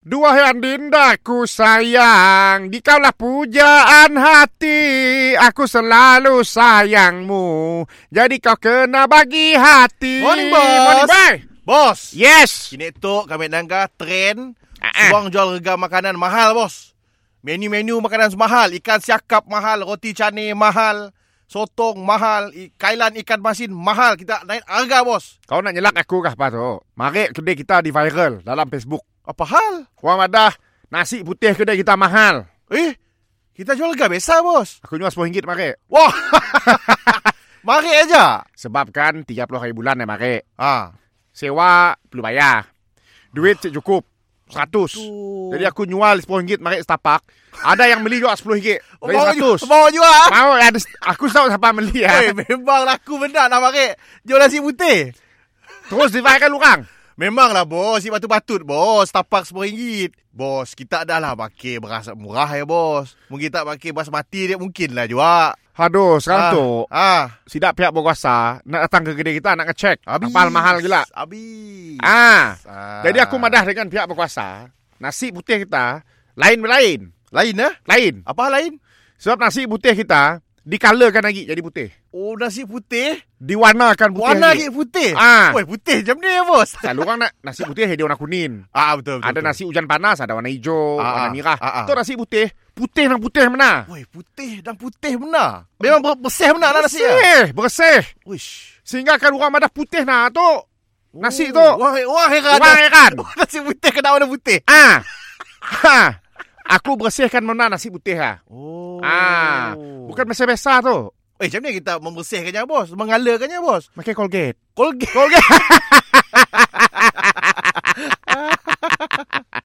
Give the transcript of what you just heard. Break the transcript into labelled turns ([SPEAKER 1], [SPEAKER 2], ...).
[SPEAKER 1] Dua yang dindaku sayang Di kaulah pujaan hati Aku selalu sayangmu Jadi kau kena bagi hati
[SPEAKER 2] Morning, boss.
[SPEAKER 1] Morning boy
[SPEAKER 2] Bos. Yeah.
[SPEAKER 1] Yes
[SPEAKER 2] Kini tu kami nangka trend
[SPEAKER 1] Ah, ah.
[SPEAKER 2] Subang jual harga makanan mahal, bos. Menu-menu makanan mahal. Ikan siakap mahal. Roti canai mahal. Sotong mahal. i- Kailan ikan masin mahal. Kita naik harga, bos.
[SPEAKER 1] Kau nak nyelak aku kah patut Mari kedai kita di viral dalam Facebook
[SPEAKER 2] Apa hal?
[SPEAKER 1] Wang madah Nasi putih kedai kita mahal
[SPEAKER 2] Eh, kita jual harga biasa, bos.
[SPEAKER 1] Aku cuma RM10 mari
[SPEAKER 2] Wah. Mari aja.
[SPEAKER 1] Sebab kan RM30 bulan eh mari
[SPEAKER 2] Ah.
[SPEAKER 1] Sewa perlu bayar Duit cik cukup 100
[SPEAKER 2] Tu.
[SPEAKER 1] Jadi aku nyual RM10 mari setapak Ada yang beli juga RM10 Jadi
[SPEAKER 2] mau
[SPEAKER 1] 100
[SPEAKER 2] ju- Mau Oh, juga. ah?
[SPEAKER 1] Mau ada aku tahu siapa beli ya.
[SPEAKER 2] Eh, memang laku benar nak mari. Jual nasi putih.
[SPEAKER 1] Terus diviralkan orang.
[SPEAKER 2] Memanglah bos, si patut-patut bos, tapak RM10. Bos, kita dah lah pakai beras murah ya bos. Mungkin tak pakai beras mati dia mungkin lah juga.
[SPEAKER 1] Aduh, sekarang tu
[SPEAKER 2] Ah,
[SPEAKER 1] sidak pihak berkuasa nak datang ke kedai kita nak ngecek
[SPEAKER 2] habis.
[SPEAKER 1] apa hal mahal gila.
[SPEAKER 2] Habis.
[SPEAKER 1] Ah,
[SPEAKER 2] Ah.
[SPEAKER 1] jadi aku madah dengan pihak berkuasa, nasi putih kita lain berlain,
[SPEAKER 2] Lain eh?
[SPEAKER 1] lain.
[SPEAKER 2] Apa hal lain?
[SPEAKER 1] Sebab nasi putih kita dikalakan lagi jadi putih.
[SPEAKER 2] Oh, nasi putih.
[SPEAKER 1] Diwarnakan putih.
[SPEAKER 2] Warna
[SPEAKER 1] lagi.
[SPEAKER 2] lagi putih.
[SPEAKER 1] Ah.
[SPEAKER 2] Woi, putih macam ni ya bos.
[SPEAKER 1] Selalu orang nak nasi putih jadi warna kuning.
[SPEAKER 2] Ah, betul, betul.
[SPEAKER 1] Ada
[SPEAKER 2] betul.
[SPEAKER 1] nasi hujan panas, ada warna hijau, warna
[SPEAKER 2] Ah, ah,
[SPEAKER 1] merah.
[SPEAKER 2] ah, ah.
[SPEAKER 1] Tu nasi putih, putih dan putih mana?
[SPEAKER 2] Woi, putih dan putih benar. Memang ber- bersih benar lah nasi. ya?
[SPEAKER 1] Bersih, bersih.
[SPEAKER 2] Wish. Oh.
[SPEAKER 1] Sehingga kan orang madah putih nah tu. Nasi tu.
[SPEAKER 2] Wah, wah heran.
[SPEAKER 1] Wah, heran.
[SPEAKER 2] nasi putih kena warna putih.
[SPEAKER 1] Ah. ha. Aku bersihkan mana nasi putih ha.
[SPEAKER 2] Oh.
[SPEAKER 1] Ah. Bukan biasa-biasa tu.
[SPEAKER 2] Eh, macam mana kita membersihkannya, bos? Mengalarkannya, bos?
[SPEAKER 1] Pakai Colgate.
[SPEAKER 2] Colgate.
[SPEAKER 1] Colgate.